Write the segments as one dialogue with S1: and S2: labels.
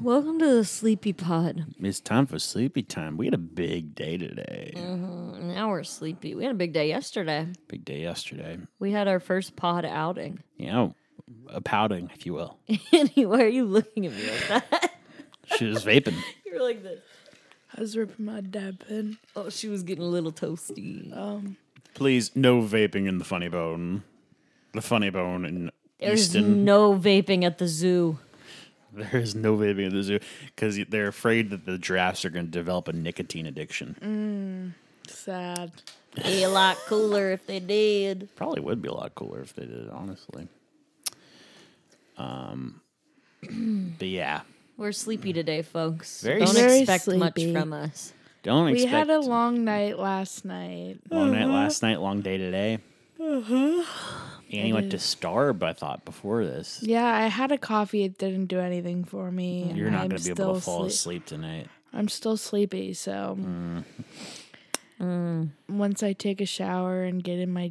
S1: Welcome to the sleepy pod.
S2: It's time for sleepy time. We had a big day today.
S3: Mm.
S1: Now we're sleepy. We had a big day yesterday.
S2: Big day yesterday.
S1: We had our first pod outing.
S2: You know, a pouting, if you will.
S1: Annie, why are you looking at me like that?
S2: She was vaping.
S1: You're like this.
S3: I was ripping my dad pen.
S1: Oh, she was getting a little toasty.
S2: Please, no vaping in the funny bone. The funny bone in
S1: There's
S2: Easton.
S1: no vaping at the zoo.
S2: there is no vaping at the zoo because they're afraid that the giraffes are going to develop a nicotine addiction.
S3: Mm. Sad.
S1: Be a lot cooler if they did.
S2: Probably would be a lot cooler if they did it, honestly. Um, but yeah,
S1: We're sleepy today, folks.
S2: Very
S1: Don't
S3: Very
S1: expect much
S3: sleepy.
S1: from us.
S2: don't
S3: We
S2: expect
S3: had a long night last night.
S2: Long night last night, long day today.
S3: Uh-huh.
S2: Annie went to Starb, I thought, before this.
S3: Yeah, I had a coffee. It didn't do anything for me.
S2: You're not
S3: I'm
S2: going to be able to
S3: still
S2: fall
S3: sleep-
S2: asleep Mm. tonight.
S3: I'm still sleepy, so
S2: Mm.
S3: once I take a shower and get in my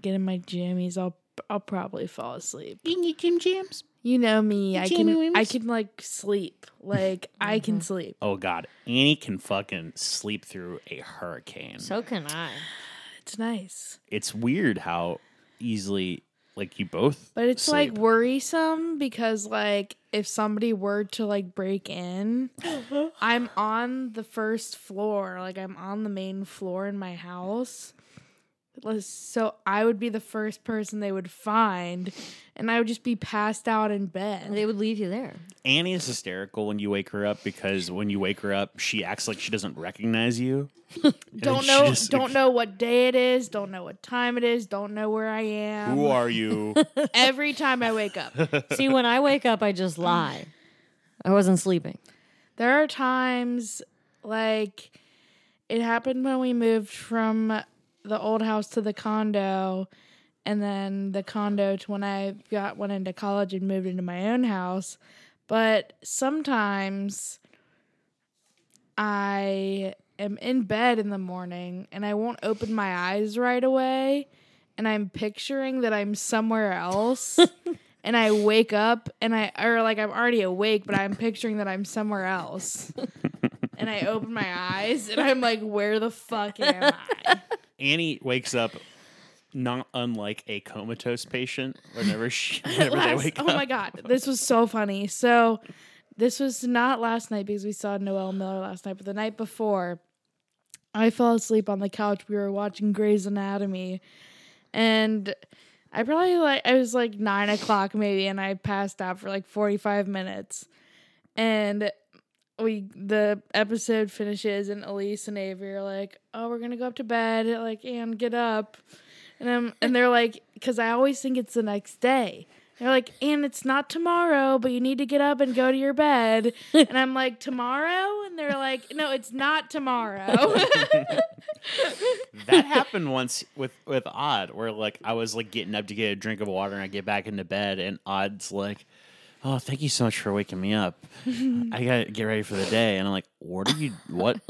S3: get in my jammies, I'll I'll probably fall asleep.
S2: In your gym jams?
S3: You know me. I
S2: Jamie
S3: can I
S2: Wims?
S3: can like sleep. Like I can sleep.
S2: Oh, God. Annie can fucking sleep through a hurricane.
S1: So can I.
S3: It's nice.
S2: it's weird how easily, like, you both.
S3: But it's like
S2: sleep.
S3: worrisome because like if somebody were to like break in, I'm on the first floor, like I'm on the main floor in my house. Let's- So I would be the first person they would find and I would just be passed out in bed.
S1: They would leave you there.
S2: Annie is hysterical when you wake her up because when you wake her up, she acts like she doesn't recognize you.
S3: Don't
S2: she
S3: know
S2: just-
S3: don't know what day it is, don't know what time it is, don't know where I am.
S2: Who are you?
S3: Every time I wake up.
S1: See, when I wake up, I just lie. I wasn't sleeping.
S3: There are times like it happened when we moved from the old house to the condo and then the condo to when I got went into college and moved into my own house. But sometimes I am in bed in the morning and I won't open my eyes right away and I'm picturing that I'm somewhere else and I wake up and I or like I'm already awake, but I'm picturing that I'm somewhere else. and I open my eyes and I'm like, where the fuck am I?
S2: Annie wakes up not unlike a comatose patient whenever she whenever they
S3: Last-
S2: wake
S3: oh
S2: up.
S3: my god, this was so funny. So this was not last night because we saw Noel Miller last night, but the night before, I fell asleep on the couch. We were watching Grey's Anatomy, and I probably like I was like nine o'clock maybe, and I passed out for like forty five minutes, and we the episode finishes, and Elise and Avery are like, "Oh, we're gonna go up to bed." Like, and get up. And I'm, and they're like, because I always think it's the next day. They're like, and it's not tomorrow, but you need to get up and go to your bed. And I'm like, tomorrow? And they're like, no, it's not tomorrow.
S2: that happened once with with Odd, where like I was like getting up to get a drink of water, and I get back into bed, and Odd's like, "Oh, thank you so much for waking me up. I gotta get ready for the day." And I'm like, "What are you? What?"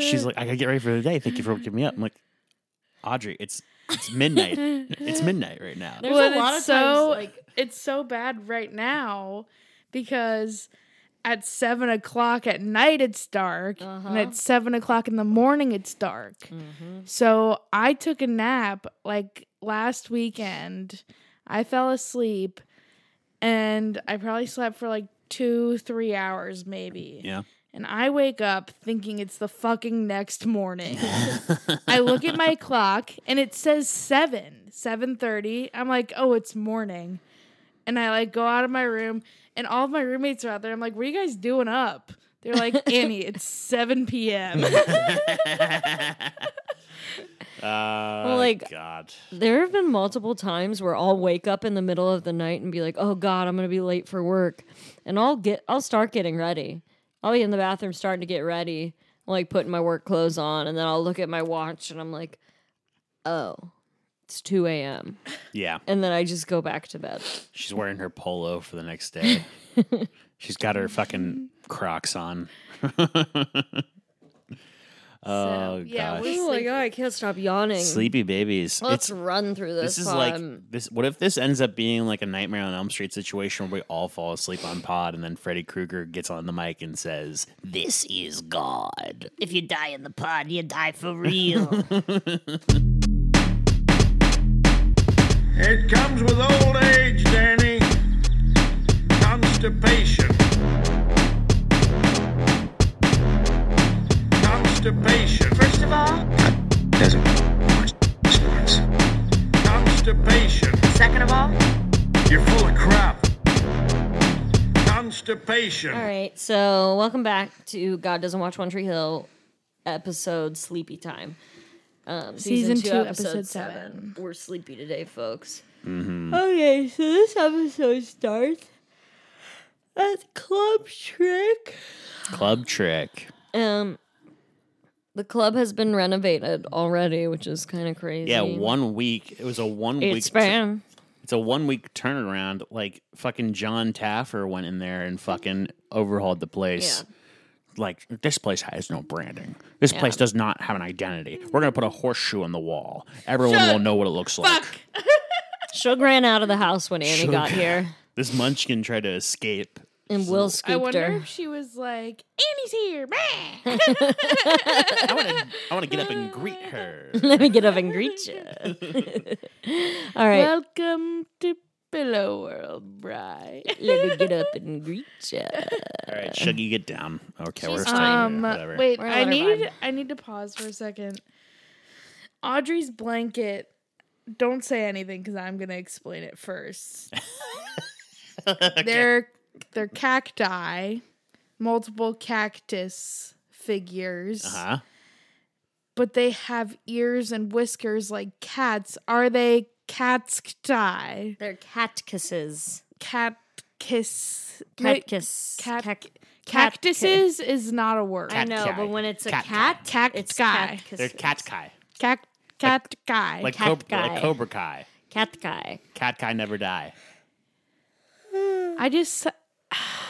S2: She's like, "I gotta get ready for the day. Thank you for waking me up." I'm like, "Audrey, it's it's midnight. it's midnight right now."
S1: There's
S3: Well,
S1: a lot of
S3: it's
S1: times,
S3: so-
S1: like,
S3: it's so bad right now because at seven o'clock at night it's dark, and
S1: Uh-huh.
S3: at seven o'clock in the morning it's dark. So I took a nap like last weekend. I fell asleep and I probably slept for like two, three hours maybe.
S2: Yeah.
S3: And I wake up thinking it's the fucking next morning. I look at my clock and it says seven, seven thirty. I'm like, oh, it's morning. And I like go out of my room and all of my roommates are out there. I'm like, what are you guys doing up? They're like, Annie, it's seven PM.
S2: Uh,
S1: like-
S2: God.
S1: There have been multiple times where I'll wake up in the middle of the night and be like, "Oh God, I'm gonna be late for work," and I'll get, I'll start getting ready. I'll be in the bathroom starting to get ready, like putting my work clothes on, and then I'll look at my watch and I'm like, "Oh, it's 2 a.m."
S2: Yeah.
S1: And then I just go back to bed.
S2: She's wearing her polo for the next day. She's got her fucking Crocs on. Oh
S3: yeah,
S2: gosh.
S3: we-
S1: Oh my god, I can't stop yawning.
S2: Sleepy babies.
S1: Let's
S2: it's
S1: run through this.
S2: this is
S1: um,
S2: like this. What if this ends up being like a Nightmare on Elm Street situation where we all fall asleep on pod, and then Freddy Krueger gets on the mic and says, "This is God."
S4: If you die in the pod, you die for real.
S5: It comes with old age, Danny. Constipation. Constipation.
S4: First of all,
S5: Doesn't Constipation.
S4: second of all,
S5: You're full of crap. Constipation.
S1: all right, so welcome back to God Doesn't Watch One Tree Hill episode Sleepy Time. Um,
S3: Season two, episode seven.
S1: We're sleepy today, folks.
S2: Mm-hmm.
S1: Okay, so this episode starts at Club Trick.
S2: Club trick.
S1: Um, the club has been renovated already, which is kind of crazy.
S2: Yeah, one week. It was a one week.
S1: It's been
S2: It's a one week turnaround. Like fucking John Taffer went in there and fucking overhauled the place. Like this place has no branding. This place does not have an identity. We're gonna put a horseshoe on the wall. Everyone will know what it looks like.
S1: Suge ran out of the house when Annie
S2: Suge.
S1: got here,
S2: This munchkin tried to escape.
S1: and Will
S3: I
S1: scooped
S3: wonder
S1: her.
S3: if she was like, Annie's here. meh."
S2: I want to. I want to get up and greet her.
S1: Let me get up and greet you. All right,
S3: Welcome to Pillow World, Bri.
S1: let me get up and greet you.
S2: All right, Shuggy, get down. Okay, we're
S1: She's
S2: staying
S3: Um,
S2: here. Whatever.
S3: wait,
S1: We're
S3: I
S1: on our
S3: need
S1: vibe.
S3: I need to pause for a second. Audrey's blanket. Don't say anything because I'm gonna explain it first. They're they're cacti, multiple cactus figures,
S2: Uh-huh.
S3: but they have ears and whiskers like cats. Are they cacti?
S1: They're cat kisses.
S3: Cat kiss.
S1: Cat kiss.
S3: Cat-
S1: Cac- cat kiss.
S3: Cactuses is not a word.
S1: I know,
S2: Cat guy.
S1: but when it's a
S2: Cat
S1: cat,
S3: guy.
S1: it's
S3: Cat guy.
S1: cat
S2: They're
S1: kisses.
S2: cat kai,
S3: Cac- cacti.
S2: like
S1: Cat
S2: cobra,
S1: guy.
S2: like cobra kai.
S1: Cat guy.
S2: Cat kai never die.
S3: I just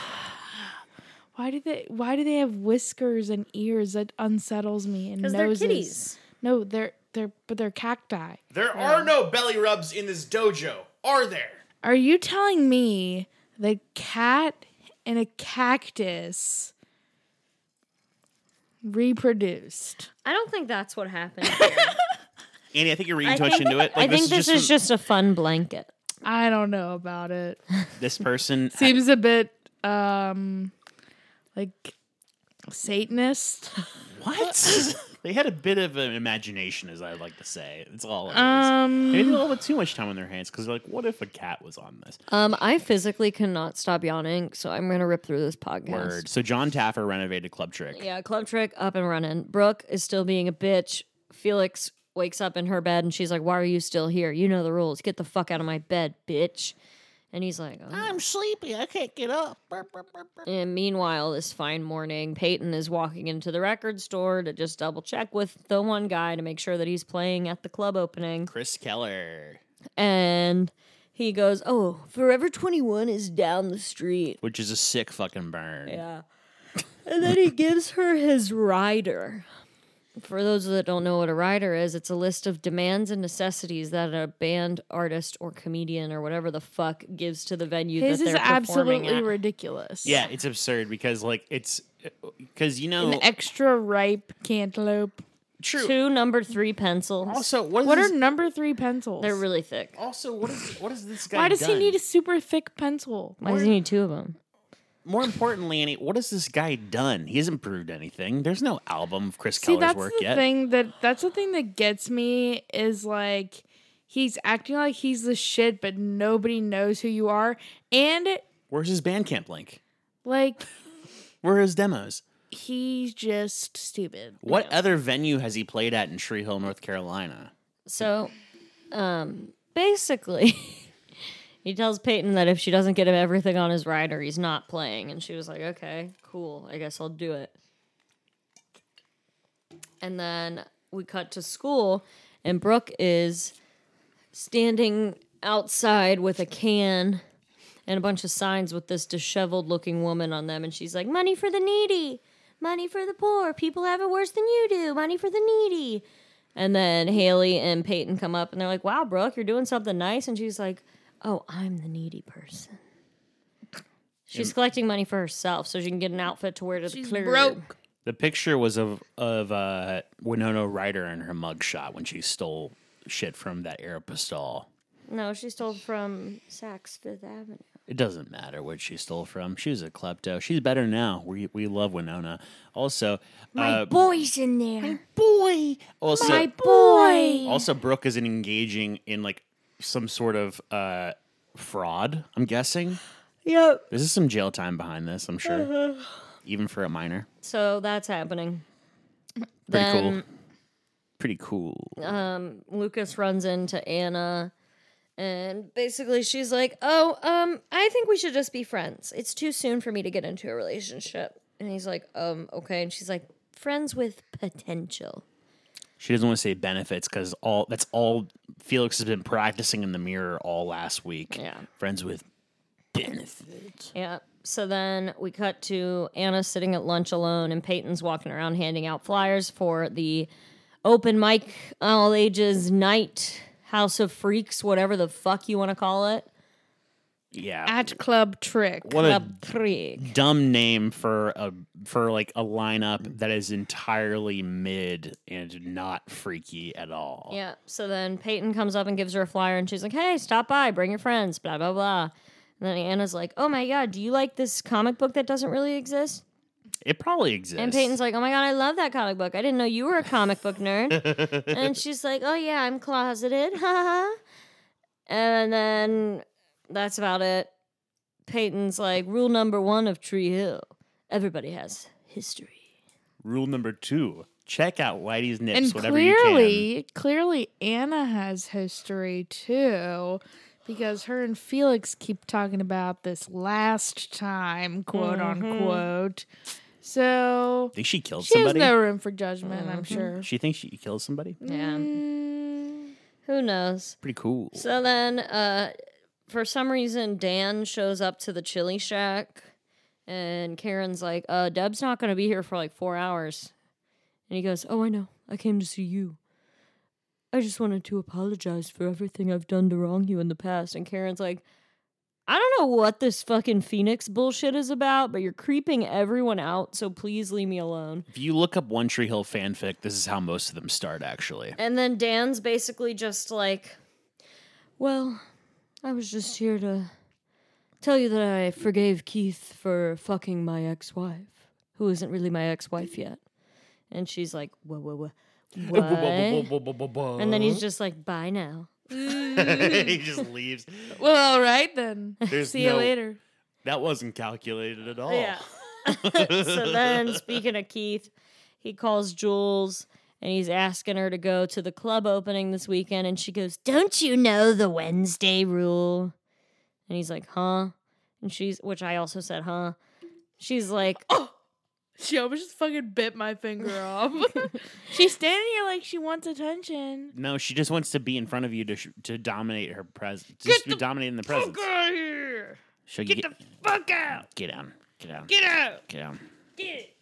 S3: why do they why do they have whiskers and ears? That unsettles me. And
S1: Because
S3: noses.
S1: they're kitties.
S3: No, they're they're but they're cacti.
S6: There are no belly rubs in this dojo, are there?
S3: Are you telling me that cat and a cactus reproduced?
S1: I don't think that's what happened. Here.
S2: Andy, I think you're reading
S1: I
S2: too
S1: think-
S2: much into it.
S1: I think this is
S2: an-
S1: just a fun blanket.
S3: I don't know about it.
S2: this person.
S3: Seems a bit um like Satanist.
S2: what? they had a bit of an imagination, as I like to say. It's all. It is.
S3: Um
S2: Maybe a little bit too much time on their hands because, like, what if a cat was on this?
S1: Um, I physically cannot stop yawning, so I'm gonna rip through this podcast.
S2: Word. So John Taffer renovated Club Trick.
S1: Yeah, club trick up and running. Brooke is still being a bitch. Felix wakes up in her bed and she's like, "Why are you still here? You know the rules. Get the fuck out of my bed, bitch." And he's like, "Oh."
S7: I'm sleepy. I can't get up. Burp, burp, burp, burp.
S1: And meanwhile, this fine morning, Peyton is walking into the record store to just double check with the one guy to make sure that he's playing at the club opening.
S2: Chris Keller,
S1: And he goes, Oh, Forever 21 is down the street.
S2: which is a sick fucking burn.
S1: Yeah. And then he gives her his rider. For those that don't know what a rider is, it's a list of demands and necessities that a band artist or comedian or whatever the fuck gives to the venue
S3: his
S1: that
S3: is
S1: they're performing
S3: absolutely
S1: at.
S3: ridiculous.
S2: Yeah, it's absurd because like it's because you know
S3: an extra ripe cantaloupe.
S2: true.
S1: Two number three pencils.
S2: Also, what, is
S3: What are
S2: this,
S3: number three pencils?
S1: they're really thick.
S2: also what is what is this guy?
S3: Why does he
S2: done?
S3: need a super thick pencil?
S1: Why does he need two of them?
S2: More importantly, Annie, what has this guy done? He hasn't proved anything. There's no album of Chris
S3: See,
S2: Keller's
S3: that's
S2: work
S3: the
S2: yet.
S3: thing that that's the thing that gets me is like he's acting like he's the shit, but nobody knows who you are, and
S2: Where's his Bandcamp link?
S3: like
S2: Where are his demos?
S3: he's just stupid.
S2: What other venue has he played at in Tree Hill, North Carolina?
S1: So, um, basically, he tells Peyton that if she doesn't get him everything on his rider, he's not playing. And she was like, okay, cool. I guess I'll do it. And then we cut to school, and Brooke is standing outside with a can and a bunch of signs with this disheveled looking woman on them. And she's like, money for the needy. money for the poor. People have it worse than you do. Money for the needy. And then Haley and Peyton come up and they're like, wow, Brooke, you're doing something nice. And she's like, oh, I'm the needy person. She's collecting money for herself so she can get an outfit to wear to the clear.
S3: broke.
S2: The picture was of of uh, Winona Ryder in her mugshot when she stole shit from that Aeropostale.
S1: No, she stole from Saks Fifth Avenue.
S2: It doesn't matter what she stole from. She was a klepto. She's better now. We we love Winona. Also, uh,
S1: Boys in there.
S2: boy. Also,
S1: boy.
S2: also Brooke is engaging in like some sort of uh, fraud. I'm guessing.
S1: Yep. Uh-huh.
S2: This is some jail time behind this. I'm sure, even for a minor.
S1: So that's happening.
S2: Pretty
S1: Then-
S2: cool. Pretty cool.
S1: Lucas runs into Anna and basically she's like, "Oh, um I think we should just be friends. It's too soon for me to get into a relationship." And he's like, "Um okay." And she's like, "Friends with potential."
S2: She doesn't want to say benefits because all that's all Felix has been practicing in the mirror all last week.
S1: Yeah.
S2: friends with benefits.
S1: Yeah. So then we cut to Anna sitting at lunch alone and Peyton's walking around handing out flyers for the open mic all ages night house of freaks whatever the fuck you want to call it.
S2: Yeah,
S3: At Club Trick.
S2: what a
S1: Club Freak.
S2: dumb name for a for like a lineup that is entirely mid and not freaky at all.
S1: Yeah. So then Peyton comes up and gives her a flyer, and she's like, "Hey, stop by, bring your friends." Blah blah blah. And then Anna's like, "Oh my god, do you like this comic book that doesn't really exist?"
S2: It probably exists.
S1: And Peyton's like, "Oh my god, I love that comic book. I didn't know you were a comic book nerd." and she's like, "Oh yeah, I'm closeted." Haha. and then that's about it. Peyton's like, "Rule number one of Tree Hill: everybody has history."
S2: rule number two: check out Whitey's nips
S3: and
S2: whatever you
S3: clearly, clearly Anna has history too, because her and Felix keep talking about this last time, quote
S2: Mm-hmm.
S3: unquote. So
S2: can. Think she killed
S3: she has
S2: somebody? Mm-hmm.
S3: no room for judgment, I'm sure.
S2: She thinks she killed somebody.
S1: Yeah. Who knows?
S2: Pretty cool.
S1: So then, uh, for some reason, Dan shows up to the chili shack, and Karen's like, uh, Deb's not going to be here for like four hours. And he goes, Oh, I know. I came to see you. I just wanted to apologize for everything I've done to wrong you in the past. And Karen's like, I don't know what this fucking Phoenix bullshit is about, but you're creeping everyone out, so please leave me alone.
S2: If you look up One Tree Hill fanfic, this is how most of them start. Actually,
S1: And then Dan's basically just like, Well, I was just here to tell you that I forgave Keith for fucking my ex wife, who isn't really my ex wife yet. And she's like, Whoa, whoa, whoa. What? And then he's just like, Bye now.
S2: he just leaves.
S3: Well, all right then.
S2: There's
S3: See you
S2: no-
S3: later.
S2: That wasn't calculated at all.
S1: Yeah. so then, speaking of Keith, he calls Jules and he's asking her to go to the club opening this weekend. And she goes, Don't you know the Wednesday rule? And he's like, Huh? And she's, which I also said, Huh? She's like,
S3: She almost just fucking bit my finger off. She's standing here like she wants attention.
S2: No, she just wants to be in front of you to sh- to dominate her presence. Just to dominate in the presence.
S3: Out of here.
S2: She'll get, get
S3: Fuck out.
S2: get down. Get down.
S3: Get out.
S2: Get down.
S3: Get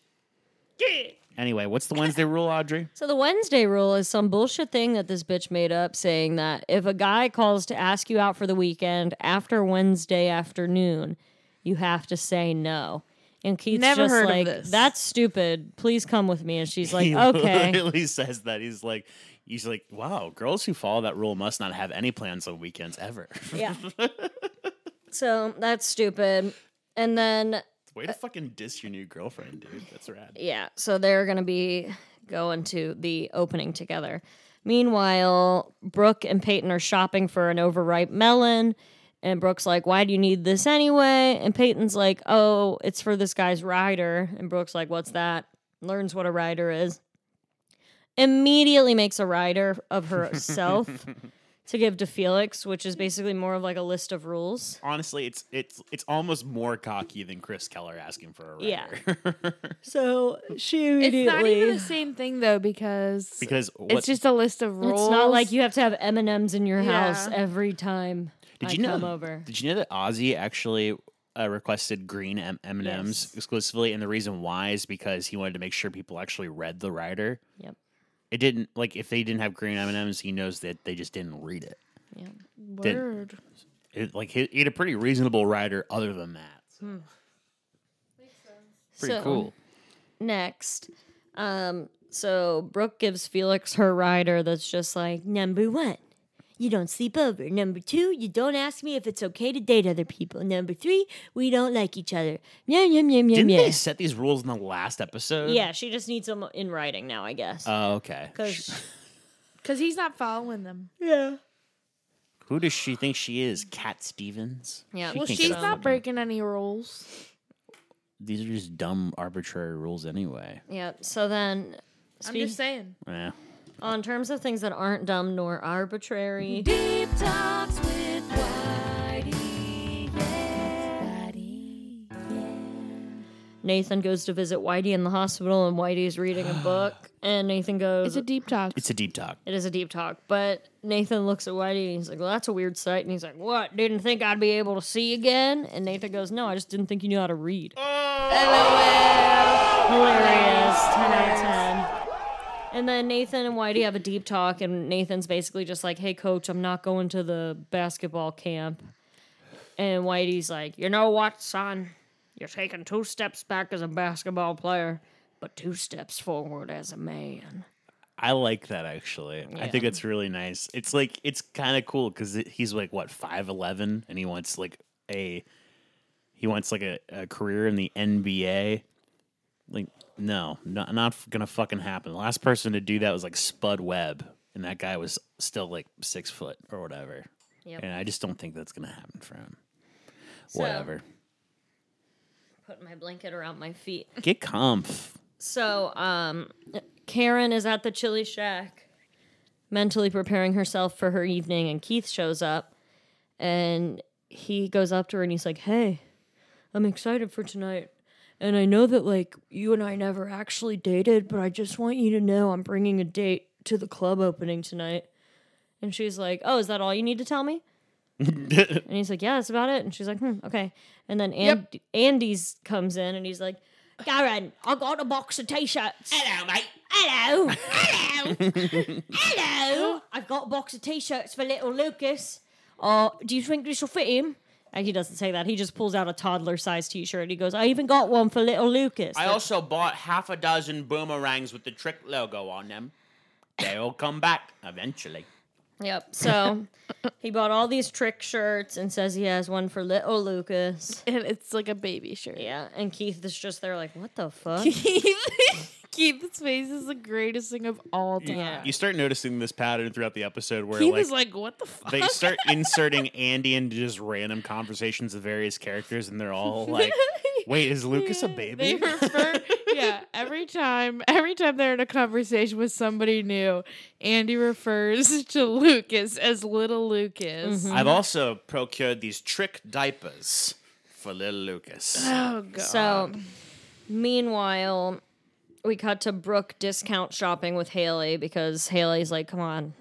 S3: it.
S2: Anyway, what's the Wednesday rule, Audrey?
S1: So the Wednesday rule is some bullshit thing that this bitch made up saying that if a guy calls to ask you out for the weekend after Wednesday afternoon, you have to say no. And Keith's
S3: Never
S1: just
S3: heard of
S1: like,
S3: this.
S1: that's stupid. Please come with me. And she's like,
S2: he
S1: okay.
S2: literally says that. He's like, he's like, wow, girls who follow that rule must not have any plans on weekends ever.
S1: yeah. So that's stupid. And then,
S2: Way to fucking diss your new girlfriend, dude. That's rad.
S1: yeah, so they're going to be going to the opening together. Meanwhile, Brooke and Peyton are shopping for an overripe melon. And Brooke's like, Why do you need this anyway? And Peyton's like, Oh, it's for this guy's rider. And Brooke's like, What's that? Learns what a rider is. Immediately makes a rider of herself to give to Felix, which is basically more of like a list of rules.
S2: Honestly, it's it's it's almost more cocky than Chris Keller asking for a rider.
S1: Yeah. So she immediately.
S3: It's not even the same thing though because
S2: because what,
S3: it's just a list of rules.
S1: It's not like you have to have M and M's in your house
S3: Yeah.
S1: every time
S2: Did
S1: I
S2: you know-
S1: come over.
S2: Did you know that Ozzy actually uh, requested green M- M&Ms
S1: Yes.
S2: exclusively, and the reason why is because he wanted to make sure people actually read the writer.
S1: Yep.
S2: It didn't like if they didn't have green M&Ms, he knows that they just didn't read it. Did-
S3: Word.
S2: it like he, he had a pretty reasonable writer other than that. So, Pretty
S1: So-
S2: cool.
S1: next. Um, so Brooke gives Felix her rider that's just like, number one, you don't sleep over. Number two, you don't ask me if it's okay to date other people. Number three, we don't like each other. Yum, yum, yum, yum,
S2: Didn't
S1: yum.
S2: they set these rules in the last episode?
S1: Yeah, she just needs them in writing now, I guess.
S2: Oh, okay. Sh-
S1: Because
S3: Because he's not following them.
S1: yeah,
S2: Who does she think she is? Cat Stevens?
S1: Yeah. Well,
S2: She
S3: Well,
S2: can't
S3: she's
S2: get-
S3: not breaking any rules.
S2: These are just dumb, arbitrary rules anyway.
S1: yeah. So then,
S3: I'm
S1: speak-
S3: just saying.
S2: Yeah.
S1: on terms of things that aren't dumb nor arbitrary. Nathan goes to visit Whitey in the hospital, and Whitey's reading a book. And Nathan goes,
S3: It's a deep talk.
S2: It's a deep talk.
S1: It is a deep talk, but Nathan looks at Whitey and he's like, "Well, that's a weird sight." And he's like, "What? Didn't think I'd be able to see again?" And Nathan goes, "No, I just didn't think you knew how to read." Hilarious. Ten out of ten. And then Nathan and Whitey have a deep talk, and Nathan's basically just like, "Hey, coach, I'm not going to the basketball camp." And Whitey's like, "You know what, son? You're taking two steps back as a basketball player, but two steps forward as a man."
S2: I like that actually. I think it's really nice. It's like it's kind of cool because he's like what five eleven, and he wants like a he wants like a, a career in the NBA. Like no, not not gonna fucking happen. The last person to do that was like Spud Webb, and that guy was still like six foot or whatever.
S1: Yep.
S2: And I just don't think that's gonna happen for him. whatever.
S1: Putting my blanket around my feet.
S2: Get comf.
S1: So, um, Karen is at the Chili Shack, mentally preparing herself for her evening, and Keith shows up, and he goes up to her and he's like, "Hey, I'm excited for tonight." And I know that like you and I never actually dated, but I just want you to know I'm bringing a date to the club opening tonight. And she's like, "Oh, is that all you need to tell me?" and he's like, "Yeah, that's about it." And she's like, "Hmm, okay." And then and- Andy's comes in and he's like, "Karen, I got a box of t-shirts."
S7: Hello, mate.
S1: Hello. Hello. Hello. I've got a box of t-shirts for little Lucas. Oh, do you think this will fit him? And he doesn't say that. He just pulls out a toddler-sized t-shirt. He goes, "I even got one for little Lucas."
S7: I also bought half a dozen boomerangs with the trick logo on them. They'll come back eventually.
S1: yep. So he bought all these trick shirts and says he has one for little Lucas.
S3: And it's like a baby shirt.
S1: Yeah. And Keith is just there, like, "What the fuck?"
S3: Keith, Keith's face is the greatest thing of all time.
S1: Yeah.
S2: You start noticing this pattern throughout the episode where
S3: Keith
S2: like,
S3: is like, what the fuck?
S2: they start inserting Andy into just random conversations with various characters, and they're all like, "Wait, is Lucas a
S3: They
S2: baby?"
S3: refer, yeah. Every time, every time they're in a conversation with somebody new, Andy refers to Lucas as little Lucas.
S7: I've also procured these trick diapers for little Lucas.
S3: Oh god.
S1: So, meanwhile, we cut to Brooke discount shopping with Haley because Haley's like, "Come on,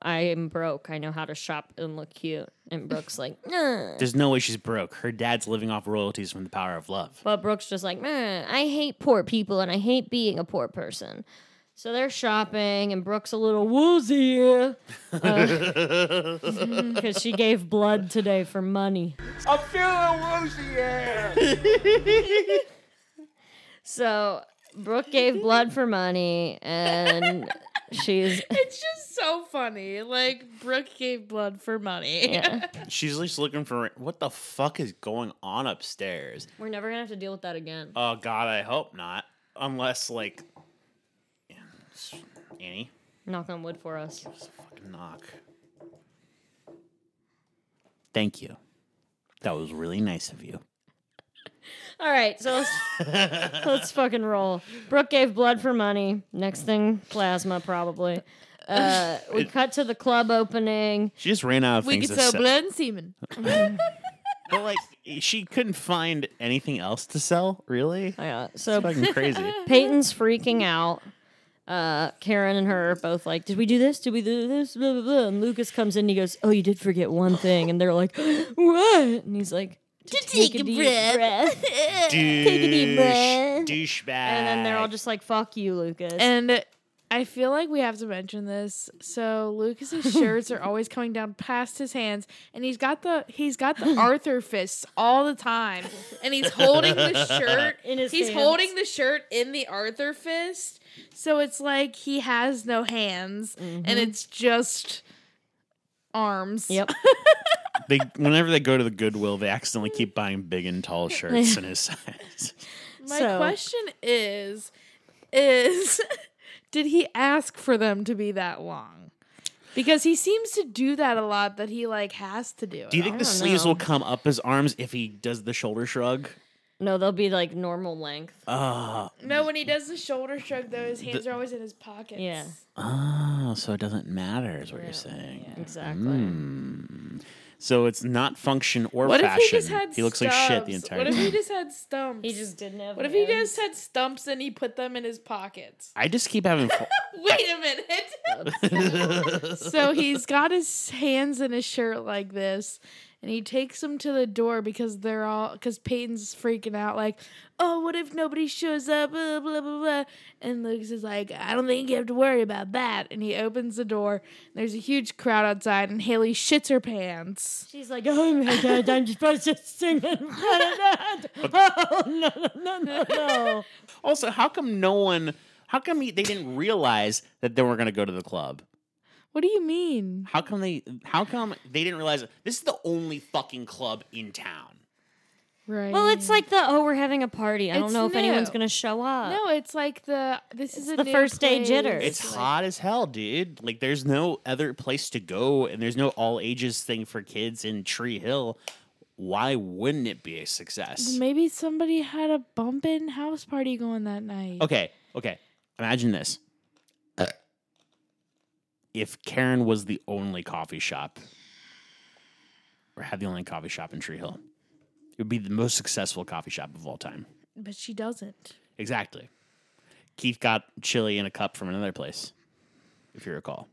S1: I am broke. I know how to shop and look cute." And Brooke's like, "Nah."
S2: There's no way she's broke. Her dad's living off royalties from the power of love.
S1: But Brooke's just like, "Nah, I hate poor people and I hate being a poor person." So they're shopping, and Brooke's a little woozy because she gave blood today for money.
S5: I'm feeling woozy, yeah.
S1: So Brooke gave blood for money, and she's
S3: it's just so funny. Like Brooke gave blood for money.
S1: yeah.
S2: She's just looking for what the fuck is going on upstairs.
S1: We're never gonna have to deal with that again.
S2: Oh God, I hope not. Unless like Annie,
S1: Knock on wood for us.
S2: just fucking knock. Thank you. That was really nice of you.
S1: All right, so let's, let's fucking roll. Brooke gave blood for money. Next thing, plasma probably. Uh, we cut to the club opening.
S2: She just ran out of
S3: We
S2: things
S3: could
S2: to
S3: sell
S2: say.
S3: blood and semen.
S2: But like, she couldn't find anything else to sell. Really,
S1: Oh, Yeah, so
S2: fucking crazy.
S1: Peyton's freaking out. Uh, Karen and her are both like, "Did we do this? Did we do this?" Blah blah blah. And Lucas comes in. And he goes, "Oh, you did forget one thing." And they're like, "What?" And he's like, to, take, a, deep breath. take a deep breath.
S2: Douchebag.
S1: And then they're all just like, fuck you, Lucas.
S3: And I feel like we have to mention this. So Lucas's shirts are always coming down past his hands, and he's got the he's got the Arthur fists all the time, and he's holding the shirt
S1: In his
S3: He's
S1: hands.
S3: holding the shirt in the Arthur fist, so it's like he has no hands,
S1: Mm-hmm.
S3: and it's just arms.
S1: yep.
S2: they whenever they go to the Goodwill, they accidentally keep buying big and tall shirts in his size.
S3: My
S1: So-
S3: question is, is did he ask for them to be that long? Because he seems to do that a lot. That he like has to do. it
S2: Do you think the
S1: don't
S2: sleeves
S1: know.
S2: will come up his arms if he does the shoulder shrug?
S1: No, they'll be like normal length.
S2: Ah,
S3: No, when he does the shoulder shrug, though, his hands are always in his pockets.
S1: Yeah.
S2: oh, so it doesn't matter is what you're saying.
S1: Exactly.
S2: So it's not function or
S3: What
S2: fashion.
S3: if he just had?
S2: looks like shit the
S3: stubs?
S2: entire
S3: What if
S2: time.
S3: he just had stumps?
S1: He just didn't have
S3: What if he
S1: hands.
S3: just had stumps and he put them in his pockets?
S2: I just keep having. fo-
S3: Wait a minute. so he's got his hands in his shirt like this, and he takes them to the door because they're all because Peyton's freaking out like, oh, what if nobody shows up? Blah blah blah blah. And Lucas is like, I don't think you have to worry about that. And he opens the door. And there's a huge crowd outside, and Haley shits her pants.
S1: She's like, oh my god, I'm supposed to sing in front of that. Oh no no no no no.
S2: also, how come no one? How come he- they didn't realize that they were going to go to the club?
S3: What do you mean?
S2: How come they? How come they didn't realize this is the only fucking club in town?
S3: Right.
S1: Well, it's like the oh, we're having a party. I don't
S3: It's
S1: know if anyone's
S3: new.
S1: gonna show up.
S3: no, it's like the this is a
S1: the
S3: new
S1: first day
S3: place.
S1: jitters.
S2: It's
S1: It's
S2: hot as hell, dude. Like, there's no other place to go, and there's no all ages thing for kids in Tree Hill. Why wouldn't it be a success?
S3: Maybe somebody had a bumpin' house party going that night.
S2: Okay, okay. Imagine this. Uh, If Karen was the only coffee shop or had the only coffee shop in Tree Hill, it would be the most successful coffee shop of all time.
S3: But she doesn't.
S2: Exactly. Keith got chili in a cup from another place, if you recall.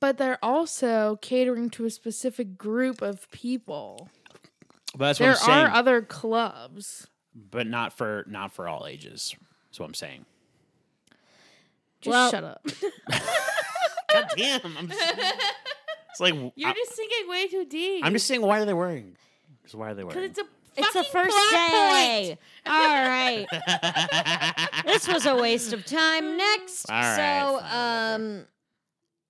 S3: But they're also catering to a specific group of people.
S2: But that's
S3: there
S2: what I'm saying.
S3: are other clubs.
S2: but not for not for all ages. That's what I'm saying.
S3: Just
S1: Well-
S3: shut up.
S2: God damn. I'm just, it's like
S3: You're
S2: I,
S3: just thinking way too deep.
S2: am just saying why are they worried? Just why are they
S3: because
S2: worried?
S3: it's a
S1: It's the
S3: fucking
S1: first
S3: plot
S1: day.
S3: point.
S1: All right. this was a waste of time. Next.
S2: All right,
S1: so,
S2: fine,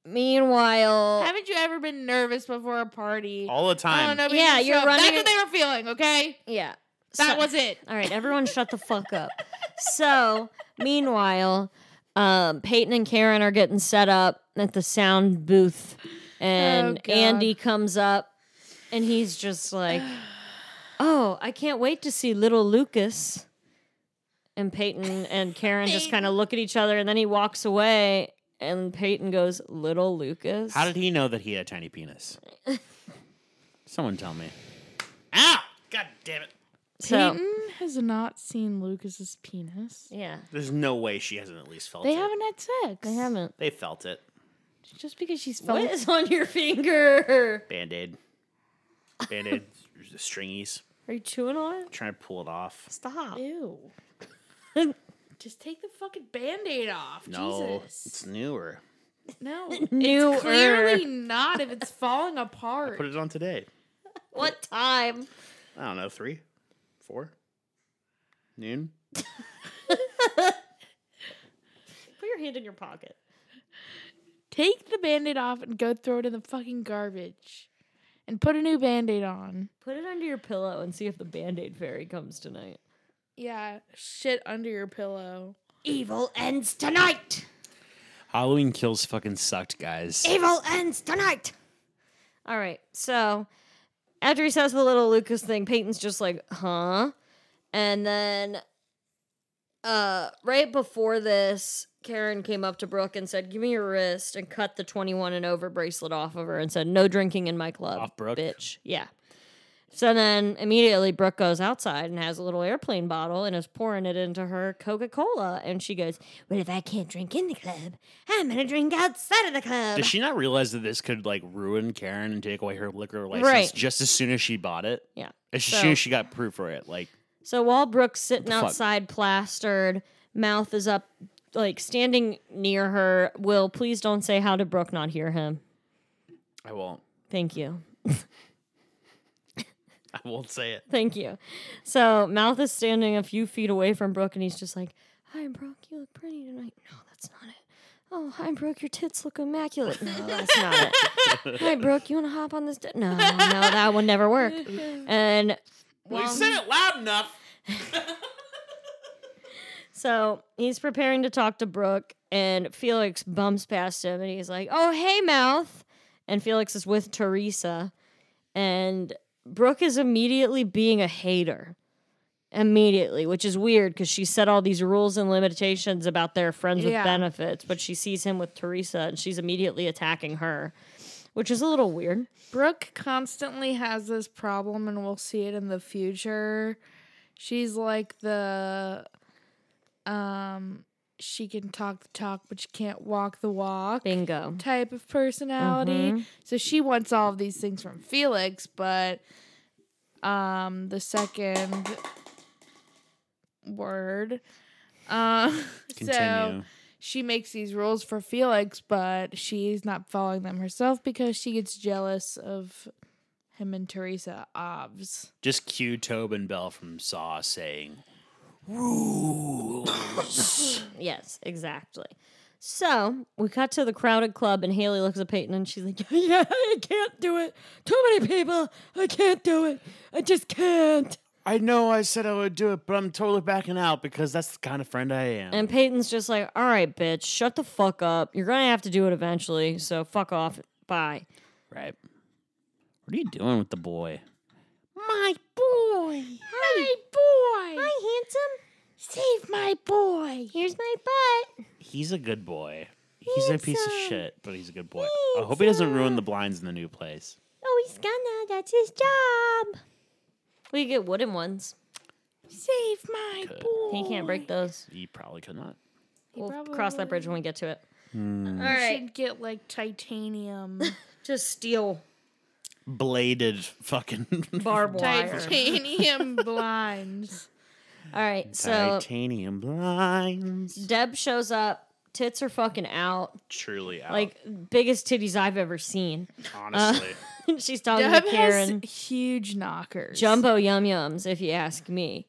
S1: um, meanwhile,
S3: Haven't you ever been nervous before a party?
S2: all the
S3: I don't
S2: time.
S3: know about
S1: Yeah, you're
S3: yourself.
S1: running-
S3: That's what they were feeling. Okay,
S1: yeah.
S3: that
S1: So-
S3: was it.
S1: All right, everyone shut the fuck up. So, meanwhile, um, Peyton and Karen are getting set up at the sound booth, and
S3: Oh, God.
S1: Andy comes up and he's just like, Oh, I can't wait to see little Lucas. And Peyton and Karen just kind of look at each other, and then he walks away, and Peyton goes, Little Lucas.
S2: How did he know that he had a tiny penis? Someone tell me. Ow! God damn it.
S1: so,
S3: Peyton has not seen Lucas's penis.
S1: yeah,
S2: There's no way she hasn't at least felt
S3: They
S2: it.
S3: haven't had sex.
S1: I haven't.
S2: They felt it.
S3: Just because she's
S1: What
S3: felt
S1: is on your finger?
S2: Band aid. Band aid. stringies.
S1: Are you chewing on it?
S2: Trying to pull it off.
S1: Stop.
S3: Ew. Just take the fucking band-aid off.
S2: No, it's
S3: Jesus.
S2: newer.
S3: No.
S1: Newer.
S3: It's clearly not if it's falling apart.
S2: Put it on today.
S1: What time?
S2: I don't know, three, four, noon.
S1: Put your hand in your pocket.
S3: Take the band-aid off and go throw it in the fucking garbage. And put a new band-aid on.
S1: Put it under your pillow and see if the band aid fairy comes tonight.
S3: Yeah. Shit under your pillow.
S4: Evil ends tonight.
S2: Halloween Kills fucking sucked, guys.
S4: Evil ends tonight.
S1: All right. So after he says the little Lucas thing, Peyton's just like, huh? And then uh right before this, Karen came up to Brooke and said, Give me your wrist and cut the 21 and over bracelet off of her and said, No drinking in my club.
S2: Off Brooke?
S1: Bitch. Yeah. So then immediately Brooke goes outside and has a little airplane bottle and is pouring it into her Coca Cola. And she goes,
S4: Well, if I can't drink in the club, I'm gonna drink outside of the club.
S2: Did she not realize that this could like ruin Karen and take away her liquor license
S1: Right.
S2: just as soon as she bought it?
S1: Yeah.
S2: As
S1: So-
S2: soon as she got proof for it, like
S1: So while Brooke's sitting
S2: the fuck?
S1: outside, plastered, mouth is up, like standing near her, Will, please don't say how did Brooke not hear him.
S2: I won't,
S1: Thank you.
S2: I won't say it.
S1: Thank you. So Mouth is standing a few feet away from Brooke and he's just like, Hi, Brooke, you look pretty tonight. No, that's not it. Oh, hi, Brooke, your tits look immaculate. No, that's not it. hi, Brooke, you want to hop on this? Di-? No, no, that would never work. And
S6: Well, you said it loud enough.
S1: So he's preparing to talk to Brooke, and Felix bumps past him and he's like, Oh, hey, Mouth. And Felix is with Teresa. And Brooke is immediately being a hater. Immediately, which is weird because she set all these rules and limitations about their friends with
S3: Yeah.
S1: benefits, but she sees him with Teresa and she's immediately attacking her, which is a little weird.
S3: Brooke constantly has this problem, and we'll see it in the future. She's like the, um, she can talk the talk, but she can't walk the walk
S1: Bingo.
S3: type of personality. So she wants all of these things from Felix, but, um, the second word, um, so
S2: Continue.
S3: she makes these rules for Felix, but she's not following them herself because she gets jealous of him and Teresa Obs.
S2: Just cue Tobin Bell from Saw saying,
S1: Yes, exactly. So we cut to the crowded club, and Haley looks at Peyton and she's like, Yeah, I can't do it. Too many people. I can't do it. I just can't.
S2: I know I said I would do it, but I'm totally backing out because that's the kind of friend I am.
S1: And Peyton's just like, All right, bitch, shut the fuck up. You're going to have to do it eventually. So fuck off. Bye.
S2: right. What are you doing with the boy?
S4: My boy.
S3: My boy!
S4: Hi, handsome. Save my boy. Here's my butt.
S2: He's a good boy. He's a piece of shit, but he's a good boy. I hope he doesn't ruin the blinds in the new place.
S4: Oh, he's gonna. That's his job.
S1: We get wooden ones.
S3: Save my boy!
S1: He can't break those.
S2: He probably could not.
S1: We'll cross that bridge when we get to it.
S3: All right. should get like titanium.
S1: Just steel
S2: Bladed fucking
S1: barbed wire.
S3: titanium blinds.
S1: All right, so
S2: titanium blinds.
S1: Deb shows up. Tits are fucking out.
S2: Truly out.
S1: Like, biggest titties I've ever seen.
S2: uh, honestly.
S1: She's talking
S3: Deb
S1: to Karen.
S3: has huge knockers.
S1: Jumbo yum yums, if you ask me.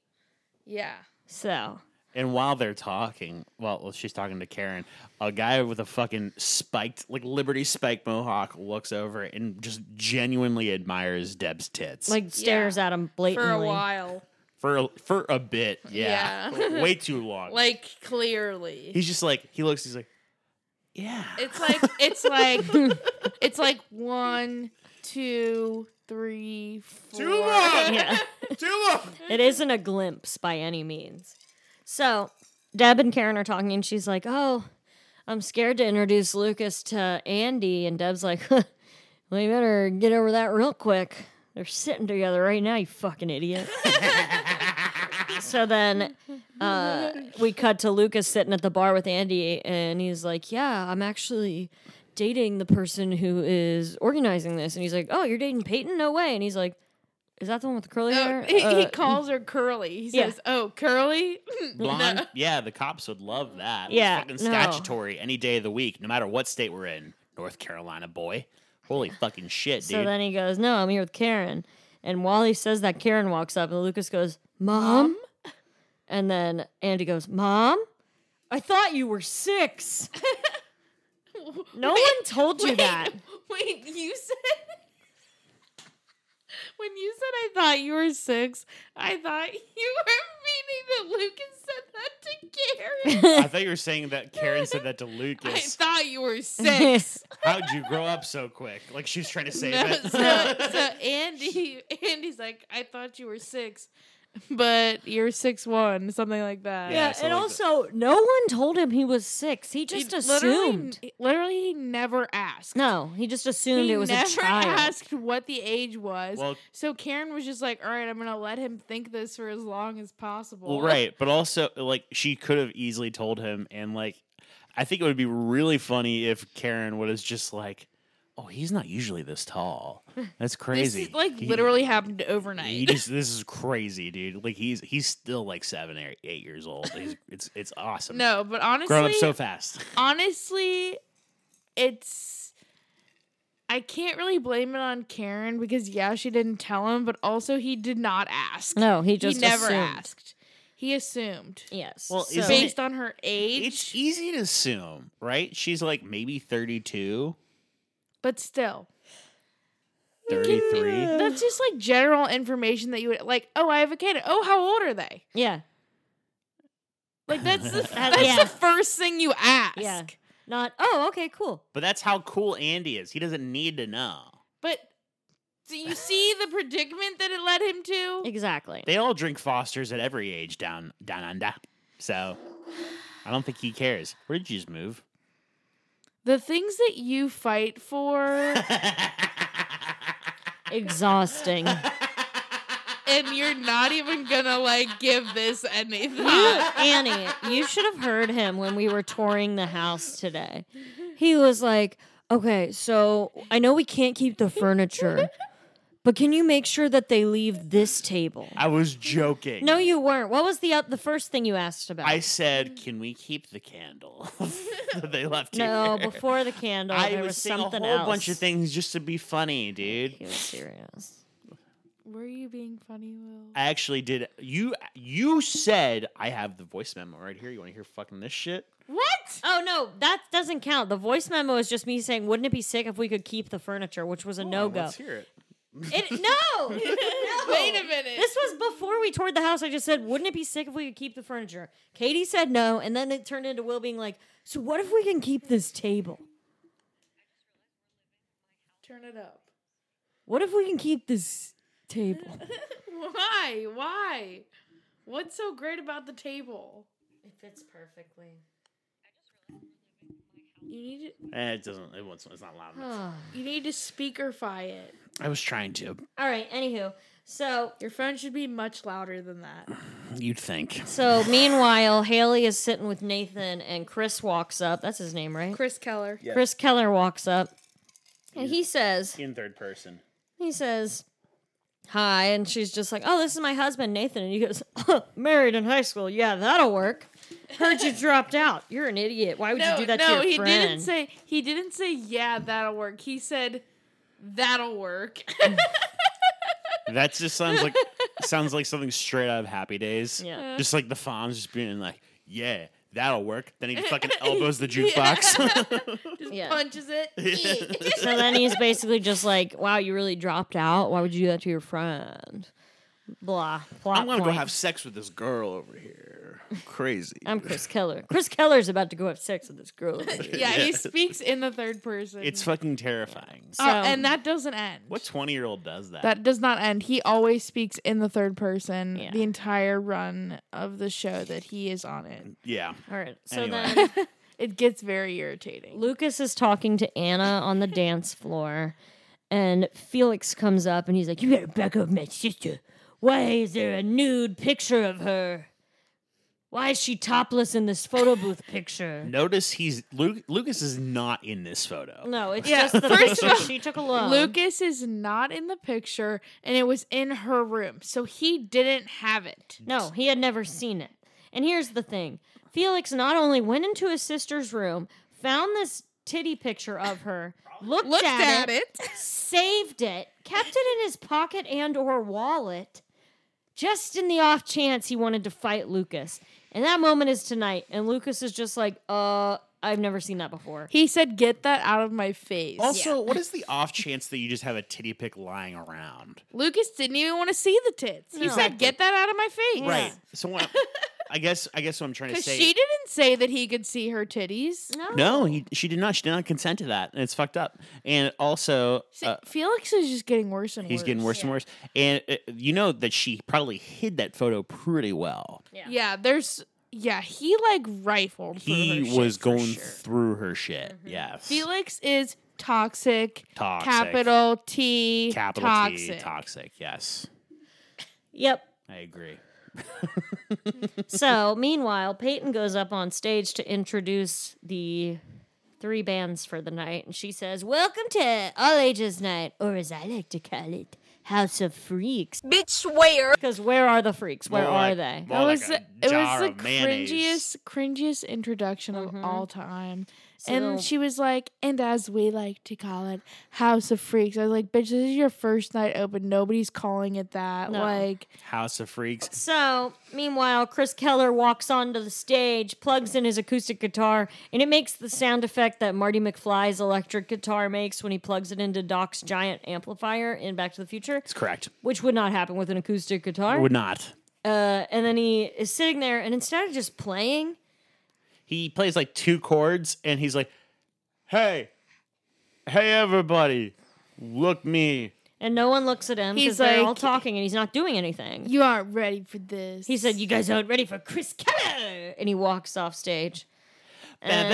S3: Yeah.
S1: So
S2: And while they're talking, well, well, she's talking to Karen. A guy with a fucking spiked, like Liberty spike mohawk, looks over and just genuinely admires Deb's tits.
S1: like stares at him
S3: For
S1: blatantly.
S3: a while.
S2: for a- for a bit, yeah,
S3: Yeah.
S2: way too long.
S3: Like clearly.
S2: he's just like he looks. He's like, yeah,
S3: It's like it's like it's like one, two, three, four.
S6: Two more.
S1: Yeah.
S6: Two more.
S1: it isn't a glimpse by any means. So Deb and Karen are talking, and she's like, "Oh, I'm scared to introduce Lucas to Andy," and Deb's like, huh, "Well, you better get over that real quick. They're sitting together right now, you fucking idiot." so then uh, we cut to Lucas sitting at the bar with Andy, and he's like, "Yeah, I'm actually." Dating the person who is organizing this, and he's like, "Oh, you're dating Peyton? No way!" And he's like, "Is that the one with the curly
S3: No,
S1: hair?"
S3: he, he
S1: Uh,
S3: calls her Curly. He
S1: yeah.
S3: says, "Oh, Curly."
S2: blonde. Yeah, the cops would love that. It's
S1: Yeah,
S2: fucking
S1: no.
S2: statutory any day of the week, no matter what state we're in. North Carolina boy, holy fucking shit,
S1: So
S2: dude.
S1: then he goes, No, I'm here with Karen. And while he says that, Karen walks up and Lucas goes, Mom? And then Andy goes, Mom? I thought you were six. no one told you that.
S3: Wait, you said when you said I thought you were six. I thought you were meaning that Lucas said that to Karen.
S2: I thought you were saying that Karen said that to
S3: I
S2: Lucas.
S3: thought you were six.
S2: How'd you grow up so quick? Like she was trying to say
S3: No,
S2: that.
S3: so, so Andy, Andy's like, I thought you were six. but you're six one, something like that.
S2: Yeah,
S1: Yeah,
S2: so
S1: and
S2: like
S1: also no one told him he was six. He
S3: He
S1: just
S3: literally-
S1: assumed.
S3: Literally, he never asked.
S1: No, he just assumed
S3: He
S1: it was
S3: never
S1: a child.
S3: asked what the age was.
S2: Well-
S3: so Karen was just like, "All right, I'm gonna let him think this for as long as possible."
S2: Well, right, but also like she could have easily told him, and like I think it would be really funny if Karen would have just like, "Oh, he's not usually this tall. That's
S3: This
S2: crazy."
S3: is, like
S2: He-
S3: literally happened
S2: He
S3: overnight.
S2: just this is crazy, dude. Like he's he's still like seven or eight years old. He's, it's it's awesome.
S3: no, but honestly,
S2: grown up so fast.
S3: honestly, it's I can't really blame it on Karen because yeah, she didn't tell him, but also he did not ask.
S1: No, he just
S3: he never
S1: assumed.
S3: asked. He assumed
S1: Yes.
S2: Well,
S1: so-
S2: isn't it-
S3: based on her
S2: It's
S3: age,
S2: easy to assume, right? She's like maybe 32,
S3: but still.
S2: 33.
S3: That's just like general information that you would like. Oh, I have a kid. Oh, how old are they?
S1: yeah,
S3: Like that's the,
S1: Uh,
S3: that's
S1: yeah.
S3: the first thing you ask.
S1: yeah. Not. Oh, okay, cool.
S2: But that's how cool Andy is. He doesn't need to know.
S3: But do you see the predicament that it led him to?
S1: Exactly.
S2: They all drink Fosters at every age down down under. So I don't think he cares. Where did you just move?
S3: The things that you fight for
S1: Exhausting.
S3: and you're not even gonna like give this anything.
S1: You-
S2: Uh.
S1: Annie, you should have heard him when we were touring the house today. He was like, "Okay, so I know we can't keep the furniture, but can you make sure that they leave this table?"
S2: I was joking.
S1: No, you weren't. What was the uh, the first thing you asked about?
S2: I said, "Can we keep the candle?" that they left
S1: no,
S2: here.
S1: before the candle,
S2: I
S1: there
S2: was,
S1: was
S2: saying
S1: something
S2: a whole
S1: else.
S2: bunch of things just to be funny, dude.
S1: He was serious.
S3: Were you being funny, Will?
S2: I actually did. You you said I have the voice memo right here. You want to hear fucking this shit?
S3: What?
S1: Oh no, that doesn't count. The voice memo is just me saying, "Wouldn't it be sick if we could keep the furniture?" Which was a no go.
S2: Let's hear it.
S1: It, no, no.
S3: Wait a minute.
S1: This was before we toured the house. I just said, wouldn't it be sick if we could keep the furniture? Katie said no, and then it turned into Will being like, so what if we can keep this table?
S3: Turn it up.
S1: What if we can keep this table?
S3: Why? Why? What's so great about the table?
S1: It fits perfectly.
S3: You need to
S2: Eh, it doesn't. It won't, it's not loud enough.
S3: you need to speakerfy it.
S2: I was trying to.
S1: All right. Anywho, so
S3: Your phone should be much louder than that.
S2: You'd think.
S1: so meanwhile, Haley is sitting with Nathan, and Chris walks up. That's his name, right?
S3: Chris Keller.
S1: Chris Keller walks up, and he says,
S2: In third person.
S1: he says hi and she's just like oh this is my husband nathan and he goes married in high school yeah that'll work heard you dropped out you're an idiot why would you do that to
S3: no,
S1: your
S3: he
S1: friend
S3: didn't say. He didn't say. Yeah, that'll work. He said, "That'll work."
S2: That just sounds like sounds like something straight out of Happy Days.
S1: Yeah.
S2: Just like the Fonz just being like, yeah, that'll work. Then he fucking elbows the jukebox.
S3: Just
S1: Yeah.
S3: punches it.
S1: so then he's basically just like wow you really dropped out why would you do that to your friend blah plot
S2: I'm gonna go
S1: point.
S2: have sex with this girl over here. Crazy.
S1: i'm chris keller chris keller's about to go have sex with this girl over here.
S3: yeah, he speaks in the third person.
S2: it's fucking terrifying.
S1: So-
S3: Oh, and that doesn't end.
S2: What twenty year old does that?
S3: That does not end. He always speaks in the third person
S1: Yeah.
S3: the entire run of the show that he is on it.
S2: Yeah.
S1: all right so
S2: Anyway.
S1: then
S3: It gets very irritating.
S1: Lucas is talking to Anna on the dance floor, and Felix comes up and he's like, You better back up my sister. Why is there a nude picture of her? Why is she topless in this photo booth picture?
S2: Notice he's Luke, Lucas is not in this photo.
S1: No, it's
S3: Yeah,
S1: just the
S3: first of
S1: picture
S3: all,
S1: she took alone.
S3: Lucas is not in the picture, and it was in her room, so he didn't have it.
S1: No, he had never seen it. And here's the thing Felix not only went into his sister's room, found this titty picture of her, looked,
S3: Looked
S1: at, it,
S3: it.
S1: saved it, kept it in his pocket and or wallet, just in the off chance he wanted to fight Lucas. And that moment is tonight, and Lucas is just like, uh, I've never seen that before.
S3: He said, "Get that out of my face."
S2: Also, what is the off chance that you just have a titty pic lying around?
S3: Lucas didn't even want to see the tits. He
S1: No.
S3: said, "Get that out of my face."
S2: Right. So when, I guess I guess what I'm trying to
S3: Because
S2: say.
S3: she didn't say that he could see her titties.
S1: No.
S2: no, he, she did not. She did not consent to that, and it's fucked up. And also,
S3: See,
S2: uh,
S3: Felix is just getting worse and worse.
S2: he's getting worse and worse. And uh, you know that she probably hid that photo pretty well.
S3: Yeah. there's. Yeah, he like rifled. through her
S2: He
S3: shit
S2: was
S3: for
S2: going
S3: sure. Mm-hmm.
S2: through her shit. Yes,
S3: Felix is toxic.
S2: toxic.
S3: Capital T.
S2: Capital
S3: toxic.
S2: T. Toxic. Yes,
S1: Yep.
S2: I agree.
S1: So, meanwhile, Peyton goes up on stage to introduce the three bands for the night, and she says, Welcome to All Ages Night, or as I like to call it, House of Freaks.
S4: Bitch, where?
S1: Because where are the freaks? Where
S2: More
S1: are
S2: like-
S1: they?
S2: more
S3: That
S2: like
S3: was
S2: a
S3: the- it was
S2: jar
S3: the
S2: of mayonnaise.
S3: cringiest, cringiest introduction of all time.
S1: So-
S3: and she was like, and as we like to call it, House of Freaks. I was like, bitch, this is your first night open. Nobody's calling it that.
S1: No.
S3: Like,
S2: House of Freaks.
S3: Oh.
S1: So, meanwhile, Chris Keller walks onto the stage, plugs in his acoustic guitar, and it makes the sound effect that Marty McFly's electric guitar makes when he plugs it into Doc's giant amplifier in Back to the Future,
S2: It's correct.
S1: which would not happen with an acoustic guitar.
S2: Would not.
S1: Uh, and then he is sitting there, and instead of just playing,
S2: He plays like two chords, and he's like, "Hey, hey, everybody, look me."
S1: and no one looks at him because
S3: He's
S1: they're all
S3: like-
S1: talking, and he's not doing anything.
S3: you aren't ready for this.
S1: he said, "You guys aren't ready for Chris Keller," and he walks off stage. And-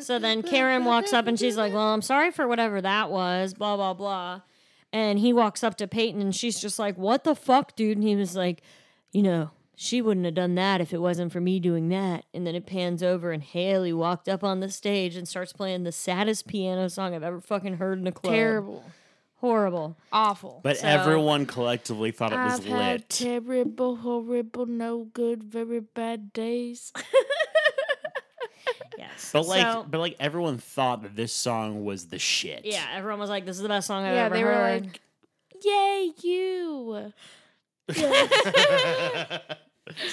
S1: So then Karen walks up and she's like, Well, I'm sorry for whatever that was, blah, blah, blah. And he walks up to Peyton and she's just like, What the fuck, dude? And he was like, You know, she wouldn't have done that if it wasn't for me doing that. And then it pans over and Haley walked up on the stage and starts playing the saddest piano song I've ever fucking heard in a club.
S3: terrible,
S1: Horrible.
S3: awful.
S2: But
S1: So-
S2: everyone collectively thought it was
S3: I've had
S2: lit.
S3: terrible, horrible, no good, very bad days.
S1: Yes.
S2: but like,
S1: So-
S2: but like, everyone thought that this song was the shit.
S1: yeah, everyone was like, This is the best song I've
S3: yeah,
S1: ever
S3: they were
S1: heard.
S3: like, yay, you.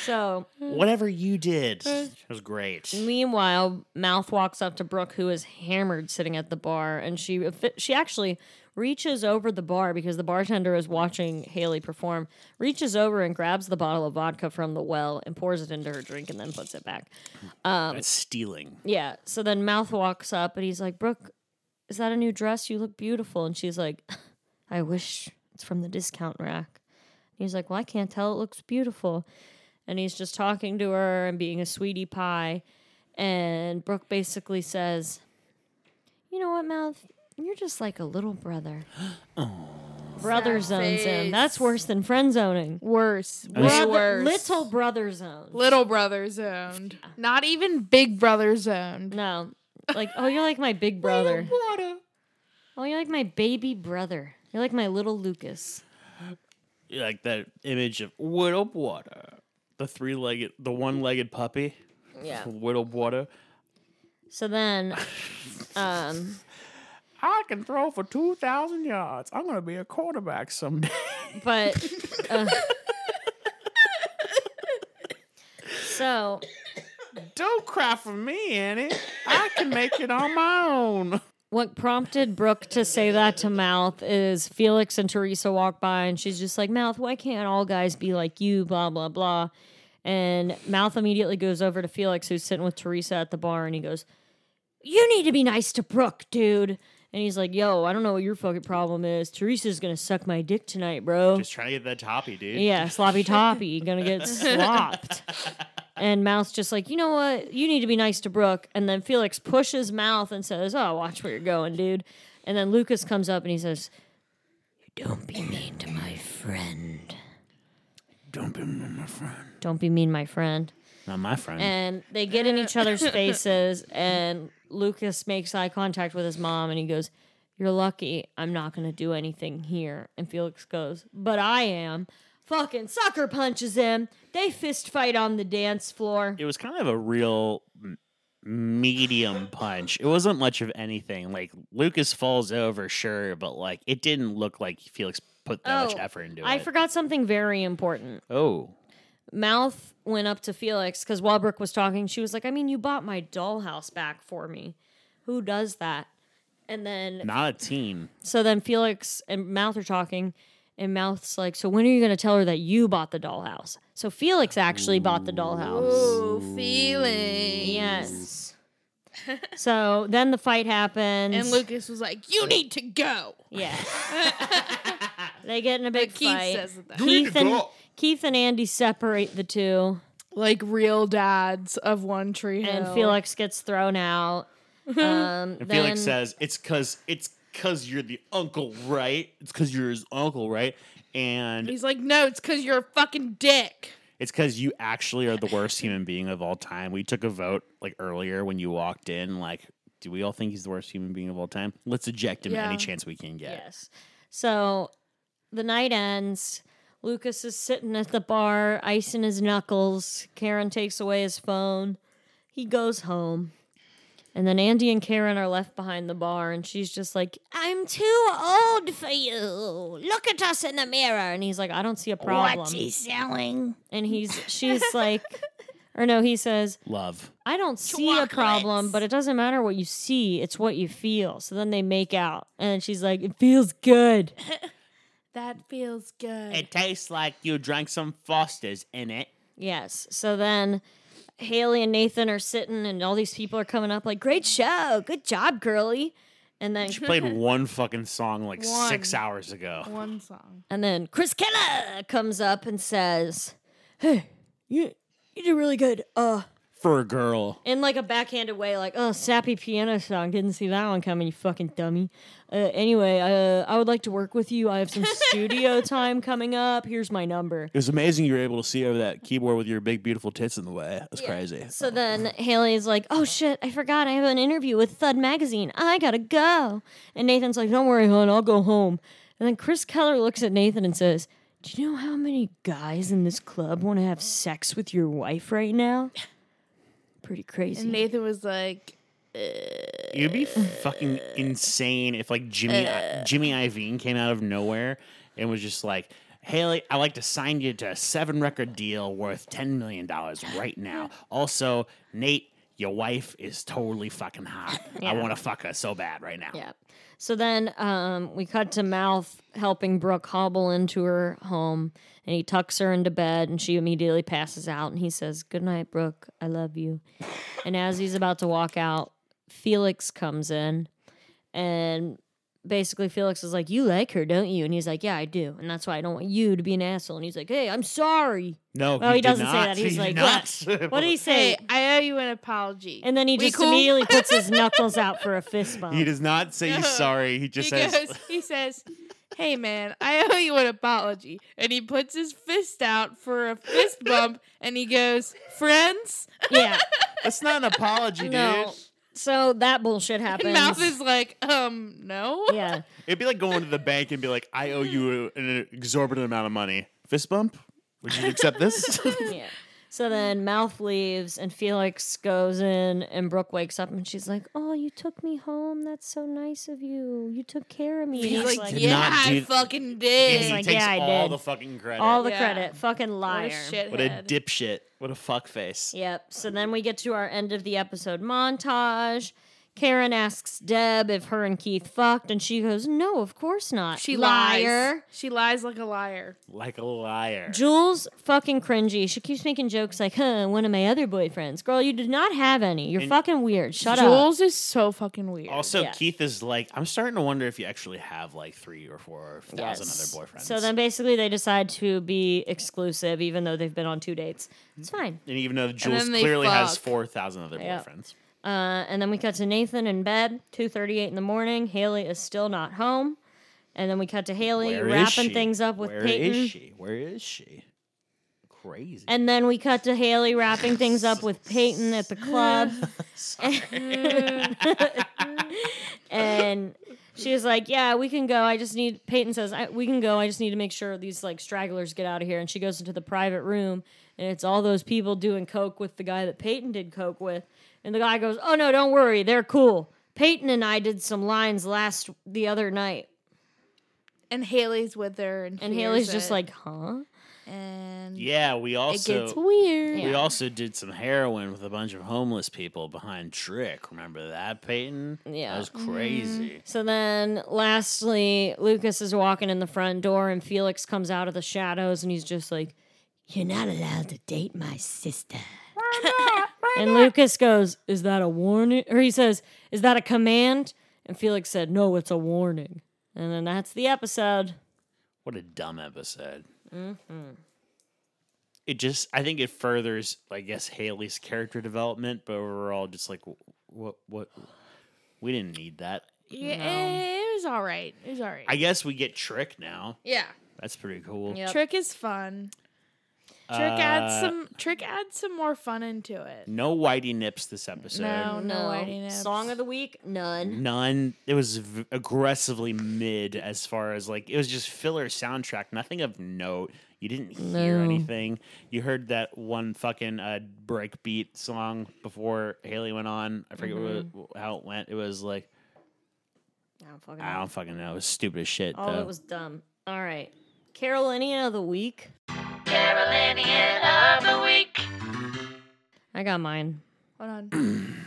S1: so
S2: Whatever you did, it was great.
S1: Meanwhile, Mouth walks up to Brooke, who is hammered sitting at the bar, and she she actually reaches over the bar because the bartender is watching Haley perform. Reaches over and grabs the bottle of vodka from the well and pours it into her drink, and then puts it back.
S2: That's stealing.
S1: Yeah. So then Mouth walks up and he's like, Brooke, is that a new dress? You look beautiful. And she's like, I wish it's from the discount rack. And he's like, Well, I can't tell. It looks beautiful. And he's just talking to her and being a sweetie pie. And Brooke basically says, You know what, Mouth? You're just like a little brother. brother zones him. That's worse than friend zoning.
S3: Worse, way
S1: Brother-
S3: worse.
S1: Little brother zone.
S3: Little brother zoned. Not even big brother zoned.
S1: No. Like, oh, you're like my big brother. Oh, you're like my baby brother. You're like my little Lucas.
S2: Like that image of Widow Water, the three-legged, the one-legged puppy.
S1: Yeah.
S2: Widow Water.
S1: So then, um,
S2: I can throw for two thousand yards. I'm gonna be a quarterback someday.
S1: but uh, so
S2: Don't cry for me, Annie. I can make it on my own.
S1: what prompted Brooke to say that to Mouth is Felix and Teresa walk by and she's just like, Mouth, why can't all guys be like you? Blah, blah, blah. And Mouth immediately goes over to Felix, who's sitting with Teresa at the bar, and he goes, You need to be nice to Brooke, dude. And he's like, Yo, I don't know what your fucking problem is. Teresa's gonna suck my dick tonight, bro.
S2: Just trying to get that toppy, dude.
S1: Yeah, sloppy toppy, gonna get slopped. And Mouth's just like, you know what? You need to be nice to Brooke. And then Felix pushes Mouth and says, oh, watch where you're going, dude. And then Lucas comes up and he says, you don't be mean to my friend.
S2: Don't be my friend.
S1: Don't be mean, my friend.
S2: Not my friend.
S1: And they get in each other's faces, and Lucas makes eye contact with his mom and he goes, You're lucky I'm not going to do anything here. And Felix goes, But I am. Fucking sucker punches him. They fist fight on the dance floor.
S2: it was kind of a real m- medium punch. It wasn't much of anything. Like Lucas falls over, sure, but like it didn't look like Felix put that much
S1: Oh,
S2: effort into
S1: I
S2: it.
S1: forgot something very important.
S2: oh,
S1: Mouth went up to Felix because while Brooke was talking, she was like, I mean, you bought my dollhouse back for me. Who does that? And then
S2: not a teen.
S1: So then Felix and Mouth are talking, And Mouth's like, so when are you going to tell her that you bought the dollhouse? So Felix actually bought the dollhouse.
S8: Oh, feelings.
S1: Yes. so then the fight happens.
S8: And Lucas was like, "You need to go."
S1: Yeah. they get in a big
S8: Keith
S1: fight.
S8: says it that.
S1: Keith and, Keith and Andy separate the two,
S3: Like real dads of One Tree Hill.
S1: and Felix gets thrown out. Um,
S2: And
S1: then,
S2: Felix says, "It's cause it's cause you're the uncle, right? It's cause you're his uncle, right? And
S8: He's like, "No, it's because you're a fucking dick."
S2: it's cause you actually are the worst human being of all time. We took a vote like earlier when you walked in, like." Do we all think he's the worst human being of all time? Let's eject him
S3: Yeah.
S2: any chance we can get.
S1: Yes. So the night ends. Lucas is sitting at the bar, icing his knuckles. Karen takes away his phone. He goes home. And then Andy and Karen are left behind the bar, and she's just like,
S4: I'm too old for you. Look at us in the mirror.
S1: and he's like, I don't see a problem.
S4: What's he selling?
S1: And he's, she's like, or no, he says,
S2: Love.
S1: I don't see a problem, but it doesn't matter what you see, it's what you feel. So then they make out, and she's like, It feels good.
S3: that feels good.
S7: It tastes like you drank some Fosters in it.
S1: Yes. So then Haley and Nathan are sitting, and all these people are coming up like, "Great show, good job, girly." And then
S2: She played one fucking song like six
S3: One.
S2: hours ago.
S3: One song.
S1: and then Chris Keller comes up and says, "Hey, you you did really good." Uh,
S2: For a girl.
S1: in like a backhanded way, like, "Oh, sappy piano song. Didn't see that one coming, you fucking dummy." Uh, anyway, uh, I would like to work with you. I have some studio time coming up. Here's my number.
S2: It was amazing you were able to see over that keyboard with your big, beautiful tits in the way. That's crazy.
S1: So then Haley's like, "Oh shit, I forgot I have an interview with Thud Magazine. I gotta go." And Nathan's like, "Don't worry, hon, I'll go home." And then Chris Keller looks at Nathan and says, "Do you know how many guys in this club want to have sex with your wife right now?" Pretty crazy.
S3: And Nathan was like,
S2: It'd be fucking insane if like Jimmy Jimmy Iovine came out of nowhere and was just like, "Haley, I like to sign you to a seven record deal worth ten million dollars right now. Also, Nate, your wife is totally fucking hot. I want to fuck her so bad right now."
S1: yeah. So then um, we cut to Mouth helping Brooke hobble into her home, and he tucks her into bed, and she immediately passes out. And he says, "Good night, Brooke. I love you." and as he's about to walk out, Felix comes in, and basically Felix is like, "You like her, don't you?" And he's like, "Yeah, I do, and that's why I don't want you to be an asshole." And he's like, "Hey, I'm sorry."
S2: No,
S1: Well, he
S2: did
S1: doesn't say
S2: not.
S1: that. He's
S2: He did
S1: like,
S2: not.
S1: What did he say?
S3: "Hey, I owe you an apology."
S1: and then he
S8: We
S1: just
S8: cool?
S1: immediately puts his knuckles out for a fist bump.
S2: He does not say he's sorry. He just
S3: he
S2: says,
S3: goes, he says, "Hey man, I owe you an apology." And he puts his fist out for a fist bump, and he goes, "Friends."
S1: yeah.
S2: "That's not an apology,
S1: No.
S2: dude."
S1: So that bullshit
S3: And
S1: happens.
S3: Mouth is like, "Um, no."
S1: yeah.
S2: It'd be like going to the bank and be like, "I owe you an exorbitant amount of money." Fist bump? Would you accept this?
S1: yeah. So then Mouth leaves and Felix goes in and Brooke wakes up and she's like, Oh, you took me home. That's so nice of you. You took care of me. And
S3: He's
S1: he's
S3: like,
S1: like,
S2: did
S3: "Yeah,
S2: not
S3: I
S2: do-
S3: fucking
S2: And
S1: He's
S3: did."
S2: he
S1: like,
S2: takes
S1: "Yeah, I
S2: all
S1: did."
S2: the fucking credit.
S1: All the
S3: Yeah.
S1: credit. Fucking
S3: What a
S1: liar.
S2: what a
S3: shithead.
S2: dipshit. What a fuckface.
S1: Yep. So then we get to our end of the episode montage. Karen asks Deb if her and Keith fucked, and she goes, No, of course not.
S3: She
S1: liar.
S3: lies. She lies like a liar.
S2: Like a liar.
S1: Jules fucking cringy. She keeps making jokes like, huh, one of my other boyfriends. Girl, you did not have any. You're fucking weird. Shut up.
S3: Jules is so fucking weird.
S2: Also,
S1: Yeah.
S2: Keith is like, I'm starting to wonder if you actually have like three or four or thousand other boyfriends.
S1: So then basically they decide to be exclusive, even though they've been on two dates. It's fine.
S2: and even though Jules
S3: then they
S2: clearly has
S3: fuck.
S2: four thousand other
S1: Yeah.
S2: boyfriends.
S1: Uh, and then we cut to Nathan in bed, 2.38 in the morning. Haley is still not home. And then we cut to Haley
S2: Where is
S1: wrapping
S2: she?
S1: things up with
S2: Where
S1: Peyton.
S2: is she? Where is she? Crazy.
S1: And then we cut to Haley wrapping things up with Peyton at the club. and she's like, "Yeah, we can go. I just need." Peyton says, I, "We can go. I just need to make sure these like stragglers get out of here." And she goes into the private room, and it's all those people doing coke with the guy that Peyton did coke with. And the guy goes, "Oh no, don't worry. They're cool. Peyton and I did some lines last the other night."
S3: and Haley's with her, and,
S1: And
S3: hears
S1: Haley's just
S3: it.
S1: like, "Huh?"
S3: and then
S2: Yeah, we
S3: it
S2: also
S3: gets weird.
S2: we also did some heroin with a bunch of homeless people behind Trick. Remember that, Peyton?
S1: Yeah.
S2: that was crazy.
S3: Mm-hmm.
S1: So then, lastly, Lucas is walking in the front door, and Felix comes out of the shadows, and he's just like,
S4: You're not allowed to date my sister.
S1: and Lucas goes, Is that a warning? Or he says, Is that a command? And Felix said, No, it's a warning. And then that's the episode.
S2: What a dumb episode. It just, I think it furthers, I guess, Haley's character development, but overall, just like, wh- what, what, we didn't need that.
S3: Yeah, it was all right. It was all right.
S2: I guess we get Trick now.
S8: Yeah.
S2: That's pretty cool.
S1: Yep.
S3: Trick is fun. Trick
S2: Uh,
S3: adds some. Trick adds some more fun into it.
S2: No whitey nips this episode.
S3: No, no, whitey nips.
S1: Song of the week?
S2: Mm-hmm.
S1: None.
S2: None. It was v- aggressively mid as far as like, it was just filler soundtrack, nothing of note. You didn't hear
S1: No.
S2: anything. You heard that one fucking uh, breakbeat song before Haley went on. I forget
S1: Mm-hmm.
S2: what, how it went. It was like,
S1: I don't fucking know.
S2: I don't fucking know. It was stupid as shit.
S1: All
S2: though.
S1: Oh, it was dumb. All right. Carolinian of the week. Carolinian of the week. I got mine.
S3: Hold on.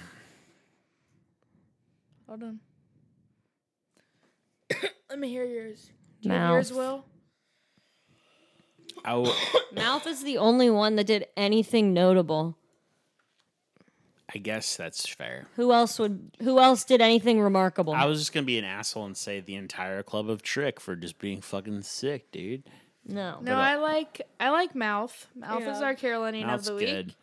S3: Hold on. Let me hear yours. Do you have
S1: Mouth.
S3: yours, Will?
S2: I w-
S1: Mouth is the only one that did anything notable.
S2: I guess that's fair.
S1: Who else would? Who else did anything remarkable?
S2: I was just gonna be an asshole and say the entire club of Trick for just being fucking sick, dude.
S1: no.
S3: No, I like I like Mouth. Mouth is our Carolinian
S2: That's
S3: of the week.
S2: good.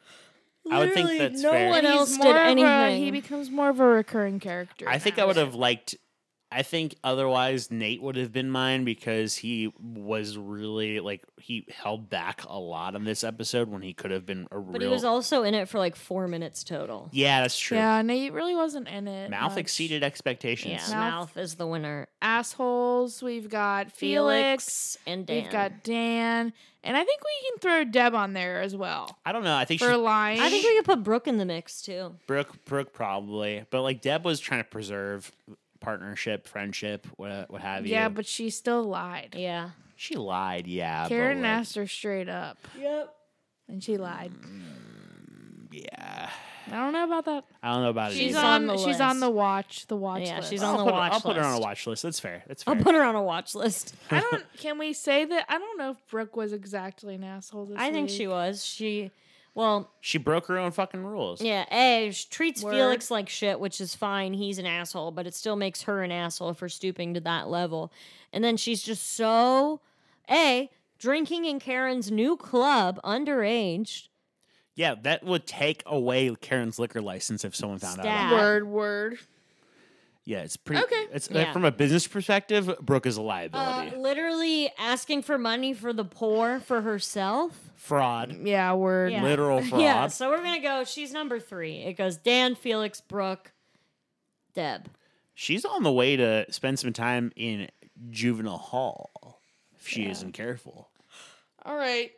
S2: I would think that's fair.
S1: one-
S3: He's
S1: else did
S3: more of a-
S1: anything.
S3: he becomes more of a recurring character.
S2: I think I would have liked. I think otherwise Nate would have been mine because he was really like he held back a lot on this episode when he could have been a
S1: But
S2: real.
S1: he was also in it for like four minutes total.
S2: yeah, that's true.
S3: Yeah, Nate really wasn't in it.
S2: Mouth
S3: much.
S2: exceeded
S1: Yeah,
S2: expectations.
S1: mouth, is the winner.
S3: assholes. We've got
S1: Felix,
S3: Felix.
S1: and Dan.
S3: We've got Dan, and I think we can throw Deb on there as well
S2: I don't know. I think
S3: for
S2: she,
S3: lying.
S1: I think we could put Brooke in the mix too.
S2: Brooke, Brooke probably, but like Deb was trying to preserve partnership, friendship, what, what have you.
S3: yeah, but she still lied.
S1: Yeah.
S2: she lied. Yeah, but,
S3: Karen
S2: like,
S3: asked her straight up. Yep. And she lied.
S8: Mm,
S2: Yeah,
S3: I don't know about that.
S2: I don't know about it.
S3: She's
S1: She's
S2: either.
S3: on.
S1: on the
S3: she's
S1: list.
S3: on the watch. The watch.
S1: Yeah,
S3: list.
S1: she's
S2: I'll
S1: on the
S2: put her-
S1: watch
S2: I'll put her on a
S1: list.
S2: watch list. That's fair. That's fair.
S1: I'll put her on a watch list.
S3: I don't. Can we say that? I don't know if Brooke was exactly an asshole. This
S1: I think
S3: week.
S1: she was. She, well,
S2: she broke her own fucking rules.
S1: yeah, A, she treats
S3: Word.
S1: Felix like shit, which is fine. He's an asshole, but it still makes her an asshole for stooping to that level. And then she's just so, A, drinking in Karen's new club, underage.
S2: Yeah, that would take away Karen's liquor license if someone found out.
S1: Stat.
S2: on it.
S3: Word, word.
S2: Yeah, it's pretty.
S8: Okay.
S2: It's
S1: Yeah.
S2: from a business perspective, Brooke is a
S1: Uh,
S2: liability,
S1: literally asking for money for the poor for herself.
S2: fraud,
S3: Yeah, word.
S1: Yeah.
S2: literal fraud.
S1: Yeah, so we're gonna go. She's number three. It goes Dan, Felix, Brooke, Deb.
S2: She's on the way to spend some time in juvenile hall if she isn't careful.
S8: All right.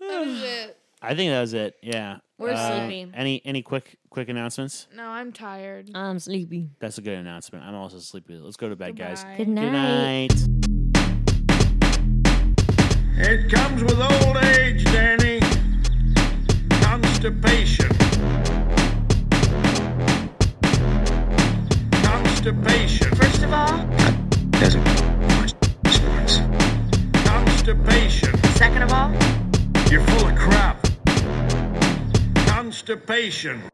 S8: That is it.
S2: I think that was it. Yeah. Uh,
S1: We're sleepy.
S2: Any any quick quick announcements?
S3: No, I'm tired.
S1: I'm sleepy.
S2: That's a good announcement. I'm also sleepy. Let's go to bed, guys.
S3: Goodbye.
S1: Good night.
S2: Good night.
S5: It comes with old age, Danny. Constipation. Constipation. First of all,
S9: doesn't sports.
S5: constipation.
S9: Second of all,
S5: You're full of crap. Constipation.